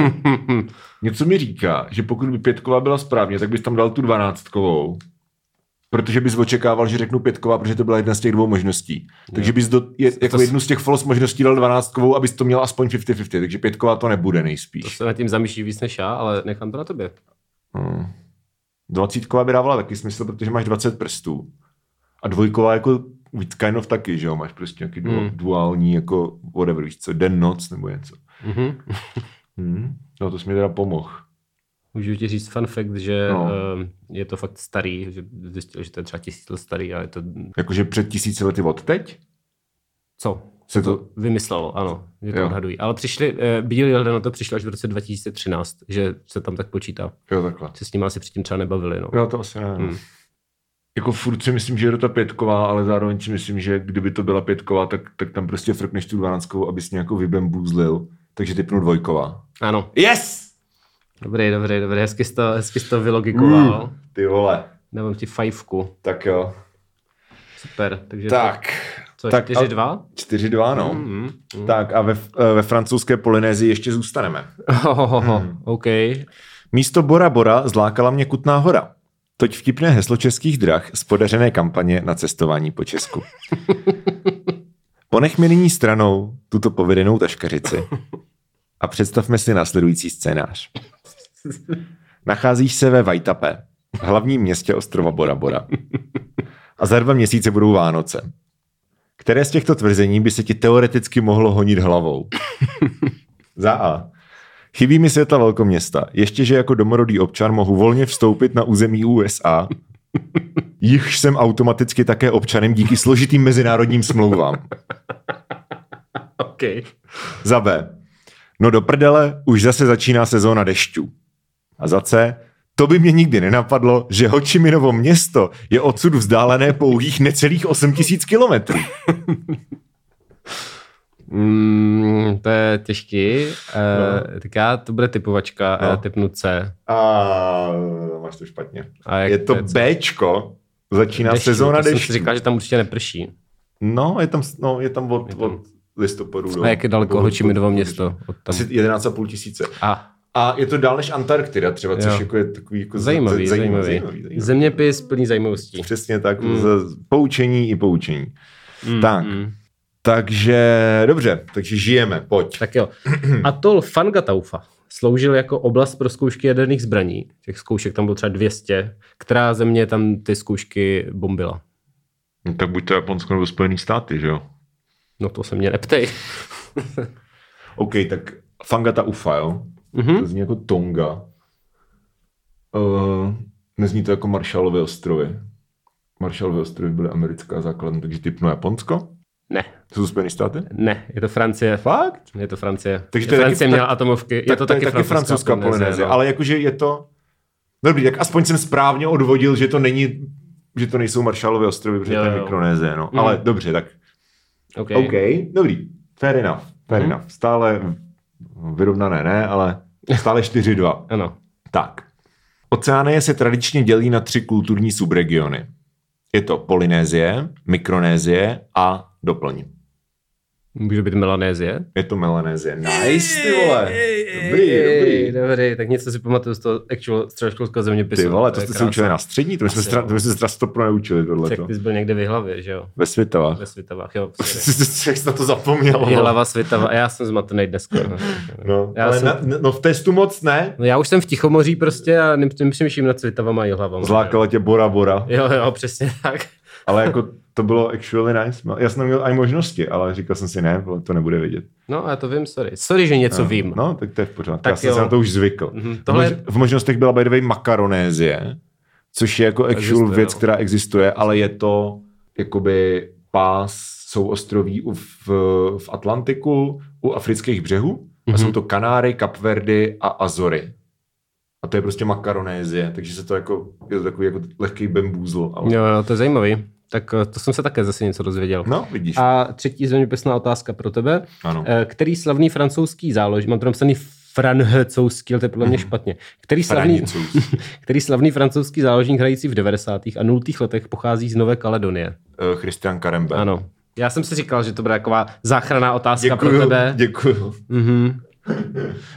Hm.
něco mi říká, že pokud by pětková byla správně, tak bys tam dal tu dvanáctkovou. Protože bys očekával, že řeknu pětková, protože to byla jedna z těch dvou možností. Takže bys do, je, jako
s-
jednu z těch false možností dal dvanáctkovou, abys to měl aspoň 50-50, takže pětková to nebude
to
nejspíš.
se nad tím zamýšlí víc než já, ale nechám to na tobě.
Hmm. Dvacítková by dávala taky smysl, protože máš 20 prstů. A dvojková jako with kind of taky, že jo? Máš prostě nějaký du-
Hmm.
duální, jako whatever, víš co, den, noc nebo něco.
Mhm.
Hmm. No to jsi mi teda pomohl.
Můžu ti říct fun fact, že
No.
no. je to fakt starý, že zjistil, že to je třeba tisíc let starý a je to...
Jakože před tisíci lety od teď?
Co?
Se to...
Vymyslelo, ano, že to
Jo.
odhadují. Ale přišli, eh, Bílý lidé na to přišli až v roce 2013, že se tam tak počítá.
Jo, takhle.
Se s nimi asi předtím třeba nebavili, no.
Jo, to asi ne. Hmm.
Hmm.
Jako furt si myslím, že je to ta pětková, ale zároveň si myslím, že kdyby to byla pětková, tak, tak tam prostě frkneš tu dvanáctkovou, abys nějakou vybembuzlil. Takže typnu dvojková.
Ano,
Yes!
dobrý, dobrý, dobrý, hezky jsi to, hezky jsi to vylogikoval.
Mm, Ty vole.
Dávám ti fajfku,
Tak jo.
super. Takže
Tak.
co,
tak
tak,
a-
4-2?
4-2, no. Mm.
Mm. Mm.
Tak a ve, eh, ve francouzské Polynézii ještě zůstaneme.
Oh, oh, oh,
Hmm.
mm. OK.
Místo Bora Bora zlákala mě Kutná hora. Toť vtipné heslo českých drah z podařené kampaně na cestování po Česku. Ponechme nyní stranou tuto povedenou taškařici a představme si následující scénář. Nacházíš se ve Vajtape, hlavním městě ostrova Bora Bora. A za dva měsíce budou Vánoce. Které z těchto tvrzení by se ti teoreticky mohlo honit hlavou? Za A. Chybí mi světla velkoměsta. Ještě, že jako domorodý občan mohu volně vstoupit na území USA, jichž jsem automaticky také občanem díky složitým mezinárodním smlouvám.
OK.
Za B. No do prdele, už zase začíná sezóna dešťů. A za C. To by mě nikdy nenapadlo, že Hočiminovo město je odsud vzdálené pouhých necelých 8 tisíc kilometrů.
Mm, to je těžký. Uh, tak já, to bude typovačka eh, a
No.
já typnu C.
A máš to špatně.
A jak
Je to
C?
Bčko, začíná
Dešťů,
sezóna
to jsem si
dešťů.
říkal, že tam určitě neprší.
No, je tam, no, je tam od,
Je
je
tam-
od listopadu. do-
A jak je daleko
do-
Hočiminovo
do-
město? Od tam.
No. Asi 11,5 tisíce.
A,
A je to dál než Antarktida třeba, což
Jo.
jako je takový jako z-
zajímavý,
z-
zajímavý.
zajímavý, zajímavý.
Zeměpis plný zajímavostí.
Přesně tak,
Mm.
mm. poučení i poučení.
Mm,
Hmm. Tak.
mm.
Takže dobře, takže žijeme, pojď.
Tak jo. Atol Fangataufa sloužil jako oblast pro zkoušky jaderných zbraní. Těch zkoušek tam bylo třeba 200. Která země tam ty zkoušky bombila?
No, tak buď to Japonsko nebo Spojený státy, že jo?
No to se mě neptej.
OK, tak Fangata Ufa, jo?
Mhm.
To zní jako Tonga. Uh, nezní to jako Marshallovy ostrovy. Marshallovy ostrovy byly americká základna, takže typnu Japonsko.
Ne,
To jsou Spojené státy?
ne, je to Francie.
Fakt?
Je to Francie.
Takže
Takže
to je taky-
Francie
tak-
měla atomovky. Je to taky,
francouzská Polynézie,
Polynézie, no.
ale jakože je to... No Dobrý, tak aspoň jsem správně odvodil, že to není že to nejsou Marshallovy ostrovy, protože
Jo,
to je
jo.
Mikronézie, no.
Mm.
Ale dobře, tak
Okay.
OK, dobrý, fair enough, fair
Mhm.
enough. Stále vyrovnané ne, ale stále 4-2.
Ano.
tak. Oceánie se tradičně dělí na tři kulturní subregiony. Je to Polynézie, Mikronézie a doplň.
Může být Melanézie?
Je to Melanézie. Nice, ty vole. Dobrý, dobrý.
Dobrý, tak něco si pamatuju z toho actual středoškolského zeměpisu.
Ty vole, to
je
jste se
krásný.
učili na střední, to my jsme
Asi
stra-
jo.
to my jsme se teda stopro neučili
Jak
tohleto.
ty jsi byl někde v Jihlavě, že jo?
Ve Světavách.
Ve Svitavách, jo. sorry.
Jak jsi na to zapomněl? no. vole?
Jihlava, Svitava, já jsem zmatený dneska. no.
No,
Já
ale
jsem-
na, no v testu moc ne.
No já už jsem v Tichomoří prostě a nem- nepřemýšlím nad Svitavama a Jihlavama.
Zlákala tě Bora Bora,
Jo, jo, přesně tak.
ale jako to bylo actually nice. No, Já jsem neměl ani možnosti, ale říkal jsem si ne, vole, to nebude vidět.
No, já to vím, sorry. Sorry, že něco
no,
vím.
No, tak to je v pořádku.
Tak
Já jsem
jo.
se na to už zvykl.
Mhm,
Tohle...
tohle-
V možnostech byla by the way makaronézie, což je jako actual
Existuje,
věc,
no.
která existuje, ale je to jakoby pás souostroví u- v, v Atlantiku u afrických břehů a
Mhm.
jsou to Kanáry, Kapverdy a Azory. A to je prostě makaronézie, takže se to jako, je to takový jako lehký bambuzl. Ale...
Jo, jo, to je zajímavý. Tak eh, to jsem se také zase něco dozvěděl.
No, vidíš, a...
A třetí zeměpisná otázka pro tebe.
ano.
Eh, Který slavný francouzský zálož, mám to napsaný francouzský, ale to je podle mě
Mhm.
špatně. Který slavný,
Franicus.
který slavný francouzský záložník hrající v 90. a 0. letech pochází z Nové Kaledonie?
Eh, Christian Karembe.
Ano. Já jsem si říkal, že to bude taková záchranná otázka pro
Děkuju,
tebe.
děkuju.
Mhm.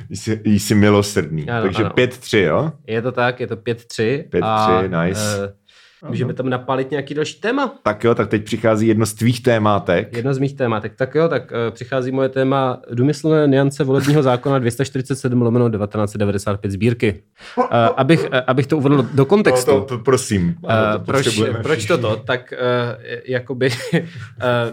Jsi, jsi milosrdný.
Ano,
takže
ano.
5-3, jo?
Je to tak, je to 5-3.
5-3,
a,
nice.
Uh, můžeme tam napálit nějaký další téma.
Tak jo, tak teď přichází jedno z tvých témátek.
Jedno z mých tématek. Tak jo, tak uh, přichází moje téma důmyslné niance volebního zákona 247 lomeno 1995 sbírky. Uh, abych, uh, abych to uvedl do kontextu.
No, to, to, prosím. Ano,
Uh,
to
proč,
potřebujeme
proč eh,
všichni.
toto? Tak uh, jakoby uh,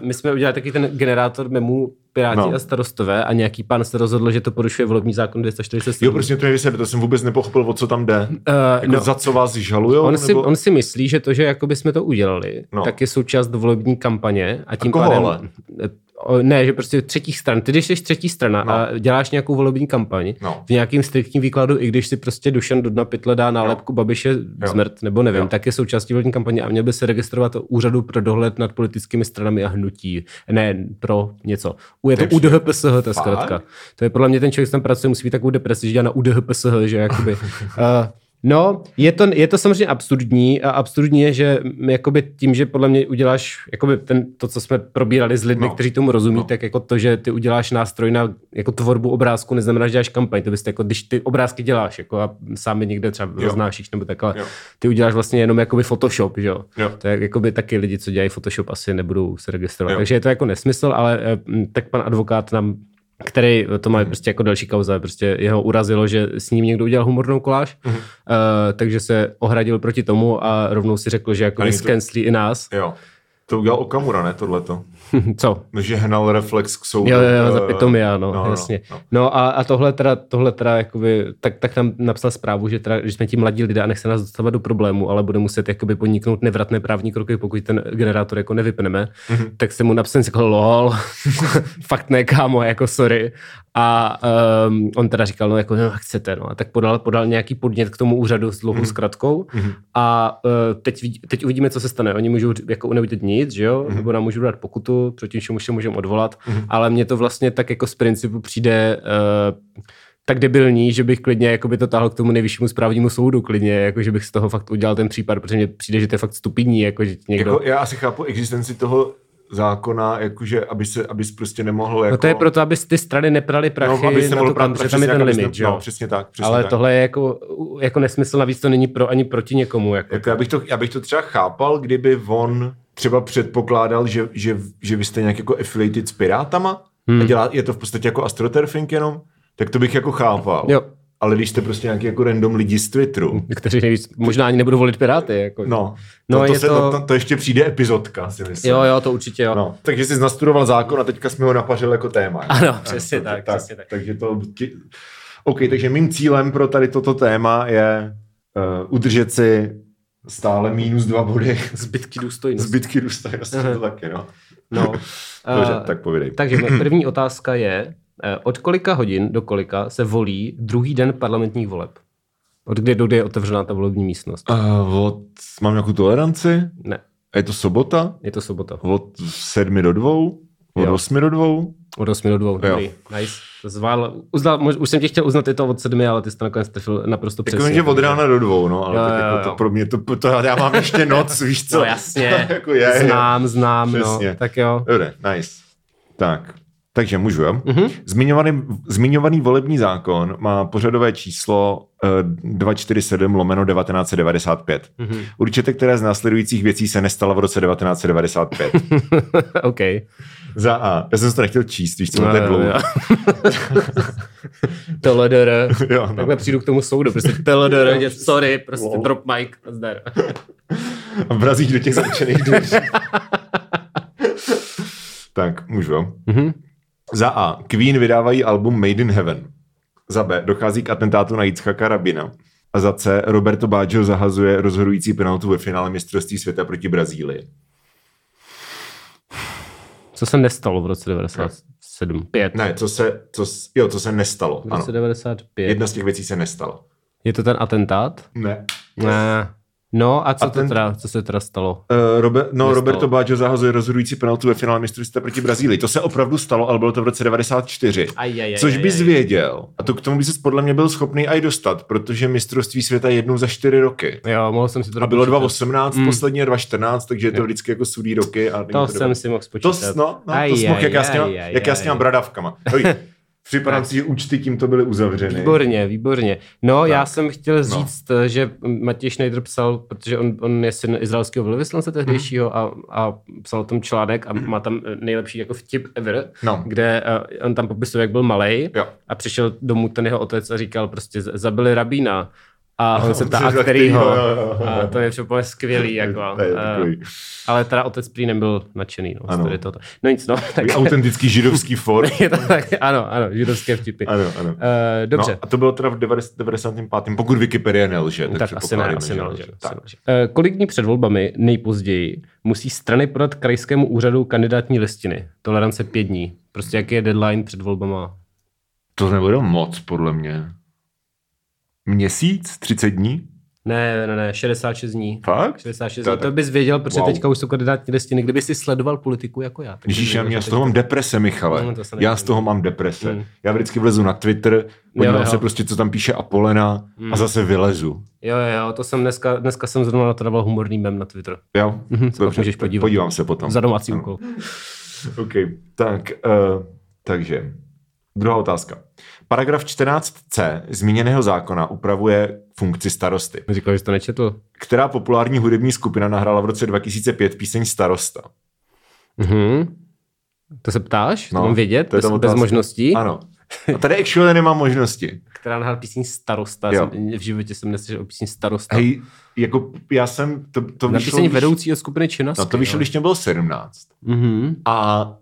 my jsme udělali taky ten generátor memů Piráti
No.
no. a starostové a nějaký pán se rozhodl, že to porušuje volební zákon 247.
Jo, prostě to je vysvětlit, to jsem vůbec nepochopil, o co tam jde.
Uh,
Jako
no,
no. za co vás žalujou?
on, si,
nebo...
on si myslí, že to, že jakoby jsme to udělali,
No.
no. tak je součást volební kampaně a tím
koho ale?
pádem... eh, O, Ne, že prostě třetích stran. Ty, když jsi třetí strana
No.
no. a děláš nějakou volební kampaň,
No.
v nějakým striktním výkladu, i když si prostě Dušan do dna pytle dá nálepku Babiše smrt, nebo nevím,
Jo.
tak je součástí volební kampaně a měl by se registrovat u úřadu pro dohled nad politickými stranami a hnutí. Ne, pro něco. U- Je to
Nepřijde.
UDHPSH, to je zkrátka. To je podle mě ten člověk, co tam pracuje, musí být takovou depresi, že dělá na UDHPSH, že jakoby... eh, No, je to, je to samozřejmě absurdní a absurdní je, že m, jakoby tím, že podle mě uděláš jakoby ten, to, co jsme probírali s lidmi,
No.
no. kteří tomu rozumí,
No.
no. tak jako to, že ty uděláš nástroj na jako tvorbu obrázku, neznamená, že děláš kampaň. To byste jako, když ty obrázky děláš jako a sám je někde třeba roznášíš nebo takhle,
Jo.
jo. ty uděláš vlastně jenom jakoby Photoshop, že jo.
Jo.
To je jakoby taky lidi, co dělají Photoshop, asi nebudou se registrovat.
Jo.
Jo. Takže je to jako nesmysl, ale eh, m, tak pan advokát nám který to
Mhm.
má prostě jako další kauza, prostě jeho urazilo, že s ním někdo udělal humornou koláž,
Mhm.
mm-hmm. uh, takže se ohradil proti tomu a rovnou si řekl, že jako
A
to...
není to-
skenslí i nás.
Jo. To udělal Okamura, ne, tohleto?
Co?
No, Že hnal reflex k soudu.
Jo, jo, jo, za
eh,
pitomia, no,
no, no,
no jasně.
no.
No, a, a tohle teda, tohle teda jakoby, tak, tak tam napsal zprávu, že, teda, že jsme ti mladí lidé a nechce nás dostávat do problému, ale bude muset jakoby podniknout nevratné právní kroky, pokud ten generátor jako nevypneme,
Mhm.
mm-hmm. tak jsem mu napsal jako lol, fakt ne, kámo, jako sorry. A um, on teda říkal, no jako, no chcete, no. A tak podal, podal nějaký podnět k tomu úřadu s
Mhm.
dlouhou mm-hmm. zkratkou a uh, teď, vidí- teď uvidíme, co se stane. Oni můžou ř- jako neudělat nic, že jo?
Mhm.
Nebo nám můžou dát pokutu, proti čemu se můžeme odvolat, ale mně to vlastně tak jako z principu přijde uh, tak debilní, že bych klidně jako by to táhl k tomu nejvyššímu správnímu soudu, klidně, jako že bych z toho fakt udělal ten případ, protože mně přijde, že to je fakt stupidní, jako že ti někdo...
Jako, já asi chápu existenci toho zákona, jakože, aby se, aby se prostě nemohl jako...
No to je proto, aby ty strany neprali prachy,
no, aby se
na
mohl
to tam, protože tam je ten limit, že
No,
jo?
přesně tak, přesně
Ale
tak.
tohle je jako, jako nesmysl, navíc to není pro ani proti někomu. Jako.
Jako já, bych to, já bych to třeba chápal, kdyby on třeba předpokládal, že, že, že vy jste nějak jako affiliated s pirátama hmm. a dělá, je to v podstatě jako astroturfing jenom, tak to bych jako chápal.
Jo.
Ale když jste prostě nějaký jako random lidi z Twitteru,
Kteří nejvíc, možná ani nebudou volit Piráty. Jako.
no,
No,
to, to,
je
se, to...
to-
To, to ještě přijde epizodka, si myslím.
Jo, jo, to určitě jo.
No, takže jsi nastudoval zákon a teďka jsme ho napařil jako téma.
Ano, přesně
Takže-
tak, přesně tak.
Takže to... Ti... OK, takže mým cílem pro tady toto téma je uh, udržet si stále minus dva body.
Zbytky důstojnosti.
Zbytky důstojnosti to taky, no.
No.
Dobře,
Eh,
tak povídej.
Takže moje první otázka je, eh, od kolika hodin do kolika se volí druhý den parlamentních voleb? Od kdy do kdy je otevřená ta volební místnost?
Uh, od, mám nějakou toleranci?
Ne,
Je to sobota?
je to sobota.
Od sedmi do dvou? Od
Jo.
osmi do dvou? Jako
Od 8 do 2. Dobrý, nice. To zvál. Uznal, mož, už jsem tě chtěl uznat, je to od 7, ale ty jsi to nakonec trefil naprosto přesně.
Jako že od rána do dvou, no, ale
Jo,
jo, tak
jo,
jako
jo.
to pro mě, to, to, já mám ještě noc, víš co?
No jasně,
To jako je, je.
znám, znám,
Přesně.
no. Tak jo.
Dobře, nice. Tak, takže můžu, jo?
Mhm.
Mm-hmm. Zmiňovaný, zmiňovaný volební zákon má pořadové číslo eh, 247 lomeno 1995. Mm-hmm.
Mhm.
Určitě, které z následujících věcí se nestala v roce 1995.
OK.
Za A. Já jsem si to nechtěl číst, víš, co no, to je
Jo, jo,
dlouho.
jo. Teledere.
Jo, no.
Takhle přijdu k tomu soudu, prostě teledere, sorry, prostě
Wow.
drop mic, nazdar.
A vrazíš do těch zamčených dveří. tak, můžu. jo?
Mhm.
Za A. Queen vydávají album Made in Heaven. Za B. Dochází k atentátu na Jitzchaka Rabina. A za C. Roberto Baggio zahazuje rozhodující penaltu ve finále mistrovství světa proti Brazílii.
Co se nestalo v roce 97? 5.
Ne, co se, co, s- jo, co se nestalo.
V
Ano.
roce 95.
Jedna z těch věcí se nestala.
Je to ten atentát?
Ne.
Ne. No a co,
Atent-
to teda, co se teda stalo?
Uh, Robert, no,
Nestalo.
Roberto Baggio zahazuje rozhodující penaltu ve finále mistrovství světa proti Brazílii. To se opravdu stalo, ale bylo to v roce 94.
Aj, aj, aj,
Což
aj,
bys
aj.
věděl. A to k tomu by ses podle mě byl schopný i dostat, protože mistrovství světa je jednou za čtyři roky.
Jo, mohl jsem si to
A bylo
dopočítat.
2018, mm. poslední je 2014, takže je to vždycky jako sudý roky. A není
To
dobré.
jsem si mohl spočítat.
to, s- no, no,
Aj,
to smoh,
aj,
jak, já s
aj,
těma,
aj,
jak já s
aj.
těma bradavkama. Hej, připadám si, že účty tímto byly uzavřeny.
Výborně, výborně. No, tak. já jsem chtěl
No.
říct, no. že Matěj Schneider psal, protože on, on je syn izraelského velvyslance tehdejšího a, a psal o tom článek a má tam eh, nejlepší jako vtip ever,
No.
kde eh, on tam popisuje, jak byl malej
Jo.
a přišel domů ten jeho otec a říkal prostě, "Z- zabili rabína. A on se ptá, a kterýho. A to je úplně skvělý, jako.
To je
Eh,
takový
Ale teda otec prý nebyl nadšený, no. z
Ano.
tady Toto. No nic, no. Tak,
takový autentický židovský for.
je to tak, ano, ano, židovské vtipy.
Ano, ano.
Eh, dobře.
No, a to bylo teda v 90 95. Pokud Wikipedie nelže.
tak asi ne,
předpokládám,
asi
že
nelže.
Tak.
asi nelže. Eh, Kolik dní před volbami nejpozději musí strany podat krajskému úřadu kandidátní listiny? Tolerance pět dní. Prostě jaký je deadline před volbama?
To nebude moc, podle mě. Měsíc? 30 dní?
Ne, ne, ne, 66 dní.
Fakt?
66
To
to,
je
to
tak-
bys věděl, protože
Wow.
teďka už jsou kandidátní listiny, kdyby si sledoval politiku jako já. tak bys
Ježíš, já,
věděl,
já
že
z toho mám
teď-
deprese, Michale.
No, to se
já
nedivím.
z toho mám deprese.
Mm.
Já vždycky vlezu na Twitter, podívám
jo. Hmm.
se prostě, co tam píše Apolena a zase vylezu.
Jo, jo, jo, to jsem dneska, dneska jsem zrovna na to dával humorný mem na Twitter.
Jo?
Mhm, se pak
Dobře,
můžeš
tak
podívat.
Podívám se potom.
Za domácí
Ano.
úkol.
OK, tak, uh, takže druhá otázka. Paragraf 14c zmíněného zákona upravuje funkci starosty.
Říkal, že jsi to nečetl.
Která populární hudební skupina nahrála v roce 2005 píseň Starosta?
Mhm. To se ptáš? No,
No,
to mám vědět?
to je
bez,
tam
bez
otázka.
možností?
Ano. A tady actually nemám možnosti.
která nahrál písní Starosta.
Jo.
Jsem, v životě jsem neslyšel o písní Starosta. Hej,
Hej, jako já jsem, to, to
na
vyšlo,
píseň
když-
vedoucího skupiny Činasky.
No to vyšlo, když mě bylo 17.
Mhm.
A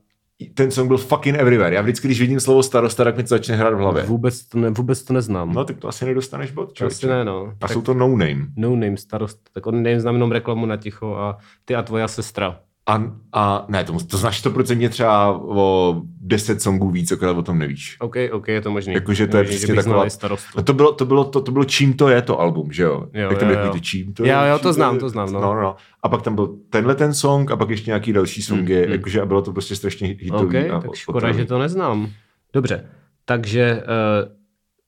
ten song byl fucking everywhere. Já vždycky, když vidím slovo starosta, tak mi to začne hrát v hlavě.
Vůbec to, ne, vůbec to neznám.
No, tak to asi nedostaneš bod,
Asi
člověče.
ne, no.
A
Tak
jsou to no name.
No name starost, tak on name znám jenom reklamu na ticho a ty a tvoja sestra.
A, a ne, to, to znáš 100% třeba o 10 songů víc, akorát o tom nevíš.
OK, OK, je to možný.
Jakože to je
možný,
přesně
že bych znal
taková-
i starostu.
A to bylo, to bylo, to, to bylo čím to je to album, že jo?
Jo,
Jak tam
jo,
byly
jo.
ty čím to
Jo,
je,
jo,
čím
to znám,
je.
to znám, no.
no. no. A pak tam byl tenhle ten song a pak ještě nějaký další songy,
mm.
jakože a bylo to prostě strašně hitový.
OK,
a
tak škoda, že to neznám. Dobře, takže uh,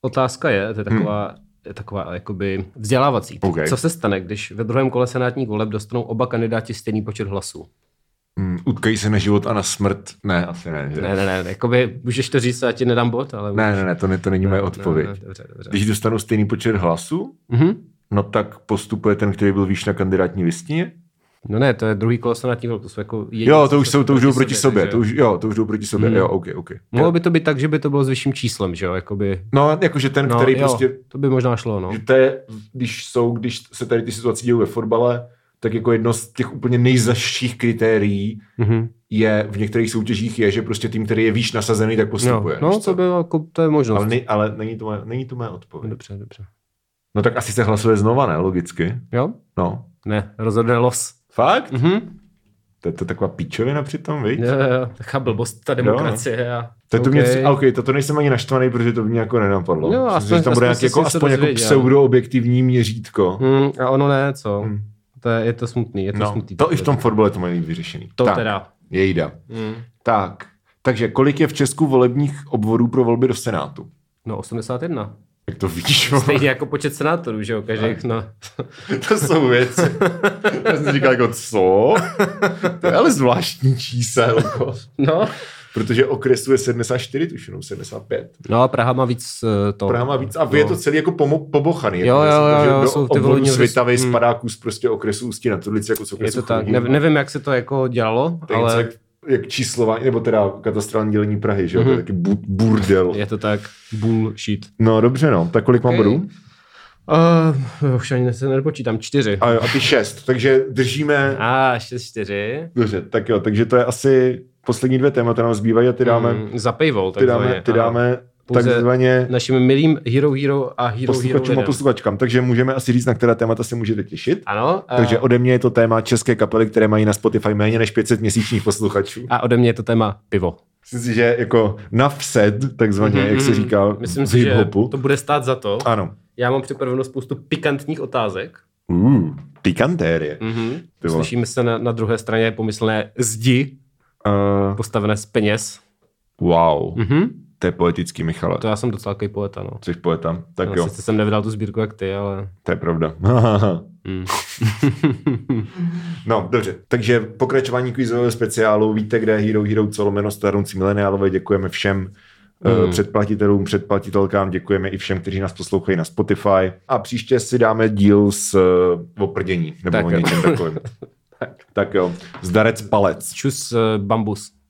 otázka je, to je taková, je taková jakoby vzdělávací.
Hmm. OK.
Co se stane, když ve druhém kole senátních voleb dostanou oba kandidáti stejný počet hlasů?
Mm, utkají se na život a na smrt. Ne, asi ne. Že?
Ne, ne, ne, jakoby, můžeš to říct, já ti nedám bod, ale...
ne, ne, ne to, ne, to není moje odpověď.
Ne, ne, dobře, dobře.
Když dostanu stejný počet hlasů,
Mhm.
no tak postupuje ten, který byl výš na kandidátní listině.
No ne, to je druhý kolo senátních voleb, to jsou jako... jediné,
Jo, to
co
už
jsou
jsou, to už jdou proti sobě.
takže-
To už, jo, to už jdou proti
Mm.
sobě. Jo, OK, OK.
Mohlo by to být tak, že by to bylo s vyšším číslem, že jo, jakoby...
No, jakože ten,
No,
který
jo,
prostě,
To by možná šlo, no.
že to je, když jsou, když se tady ty situace dějí ve fotbale, tak jako jedno z těch úplně nejzaších kritérií
Mhm.
je, v některých soutěžích je, že prostě tým, který je výš nasazený, tak
No,
postupuje.
no
víš co?
to, by, jako, to je možnost.
ale, ne, ale není, to moje, není to moje odpověď.
Dobře, dobře.
No tak asi se hlasuje znova, ne? Logicky.
Jo?
No.
Ne, rozhodne los.
Fakt?
Mhm.
To, to je taková pičovina přitom, viď?
Jo, jo, jo, taková blbost, ta demokracie. a...
no. To, to mě,
OK.
tři- a okay, to, to nejsem ani naštvaný, protože to mě jako nenapadlo.
Jo,
Myslím, si,
aspoň-
že tam bude
aspoň
nějaký
jsi
jako,
se
aspoň jako
dozvěděl.
pseudoobjektivní měřítko.
Hmm, a ono ne, co?
Hmm.
To je, je to smutný, je to
No,
smutný.
to i v tom fotbale to mají vyřešený.
To
tak,
teda.
Jejda.
Hmm.
Tak, takže kolik je v Česku volebních obvodů pro volby do Senátu?
No 81.
Jak to víš, vole?
Stejně jako počet senátorů, že jo?
Tak.
Každý, no.
to jsou věci. Já jsem říkal jako, co? To je ale zvláštní číselko.
no.
Protože okresu je 74, tuším, nebo 75.
No a Praha má víc eh, to.
Praha má víc a
No.
je to celý jako pomo- pobochaný.
Jo,
jako,
jo,
že-
jo,
že
jo,
do
jsou ty
obvodu
volební listy.
Svitavy
Hmm.
spadá kus prostě okresu Ústí nad Orlicí, jako z
Je
okresu
to tak. Ne,
Chrudimi.
nevím, jak se to jako dělalo,
To je něco
ale
jak, jak číslování, nebo teda katastrální dělení Prahy, že jo? To je taky bu- burdel.
Mhm. je to tak bullshit.
No dobře, no. Tak kolik
Ok.
mám bodů?
Uh, už ani se nedopočítám. Čtyři.
A, jo, a ty šest, takže držíme.
A, šest, čtyři.
Dobře, tak jo, takže to je asi poslední dvě témata nám zbývají a ty dáme,
Hmm, za paywall,
ty
takzvaně.
dáme, ty
ano.
dáme
Pouze
takzvaně
Našim milým Hero Hero a Hero Hero
posluchačům a
1.
posluchačkám. Takže můžeme asi říct, na která témata se můžete těšit.
Ano. eh,
Takže ode mě je to téma české kapely, které mají na Spotify méně než 500 měsíčních posluchačů.
A ode mě je to téma pivo.
Myslím si, že jako na vsed, takzvaně, jak se říká
Mm-hmm, Mhm. Myslím
v
si, že
hip-hopu.
to bude stát za to.
Ano.
Já mám připraveno spoustu pikantních otázek.
Uh, pikantérie.
Mhm.
Ty vole.
Slyšíme se na, na druhé straně pomyslné zdi,
Uh,
postavené z peněz.
wow,
Mhm.
to je poetický, Michale.
To já jsem docela takový poeta, no.
Jsi poeta, tak
Já
jo,
Sice jsem nevydal tu sbírku jak ty, ale...
to je pravda. Mhm.
Mm.
No, dobře. Takže pokračování kvízového speciálu. Víte, kde je Hero Hero, co lomeno starnoucí mileniálové. Děkujeme všem
Hmm.
mm. předplatitelům, předplatitelkám. Děkujeme i všem, kteří nás poslouchají na Spotify. A příště si dáme díl s eh, o prdění, nebo
Tak
tak o
jo.
něčem takovém. tak. tak jo. Zdarec palec.
Čus eh, bambus.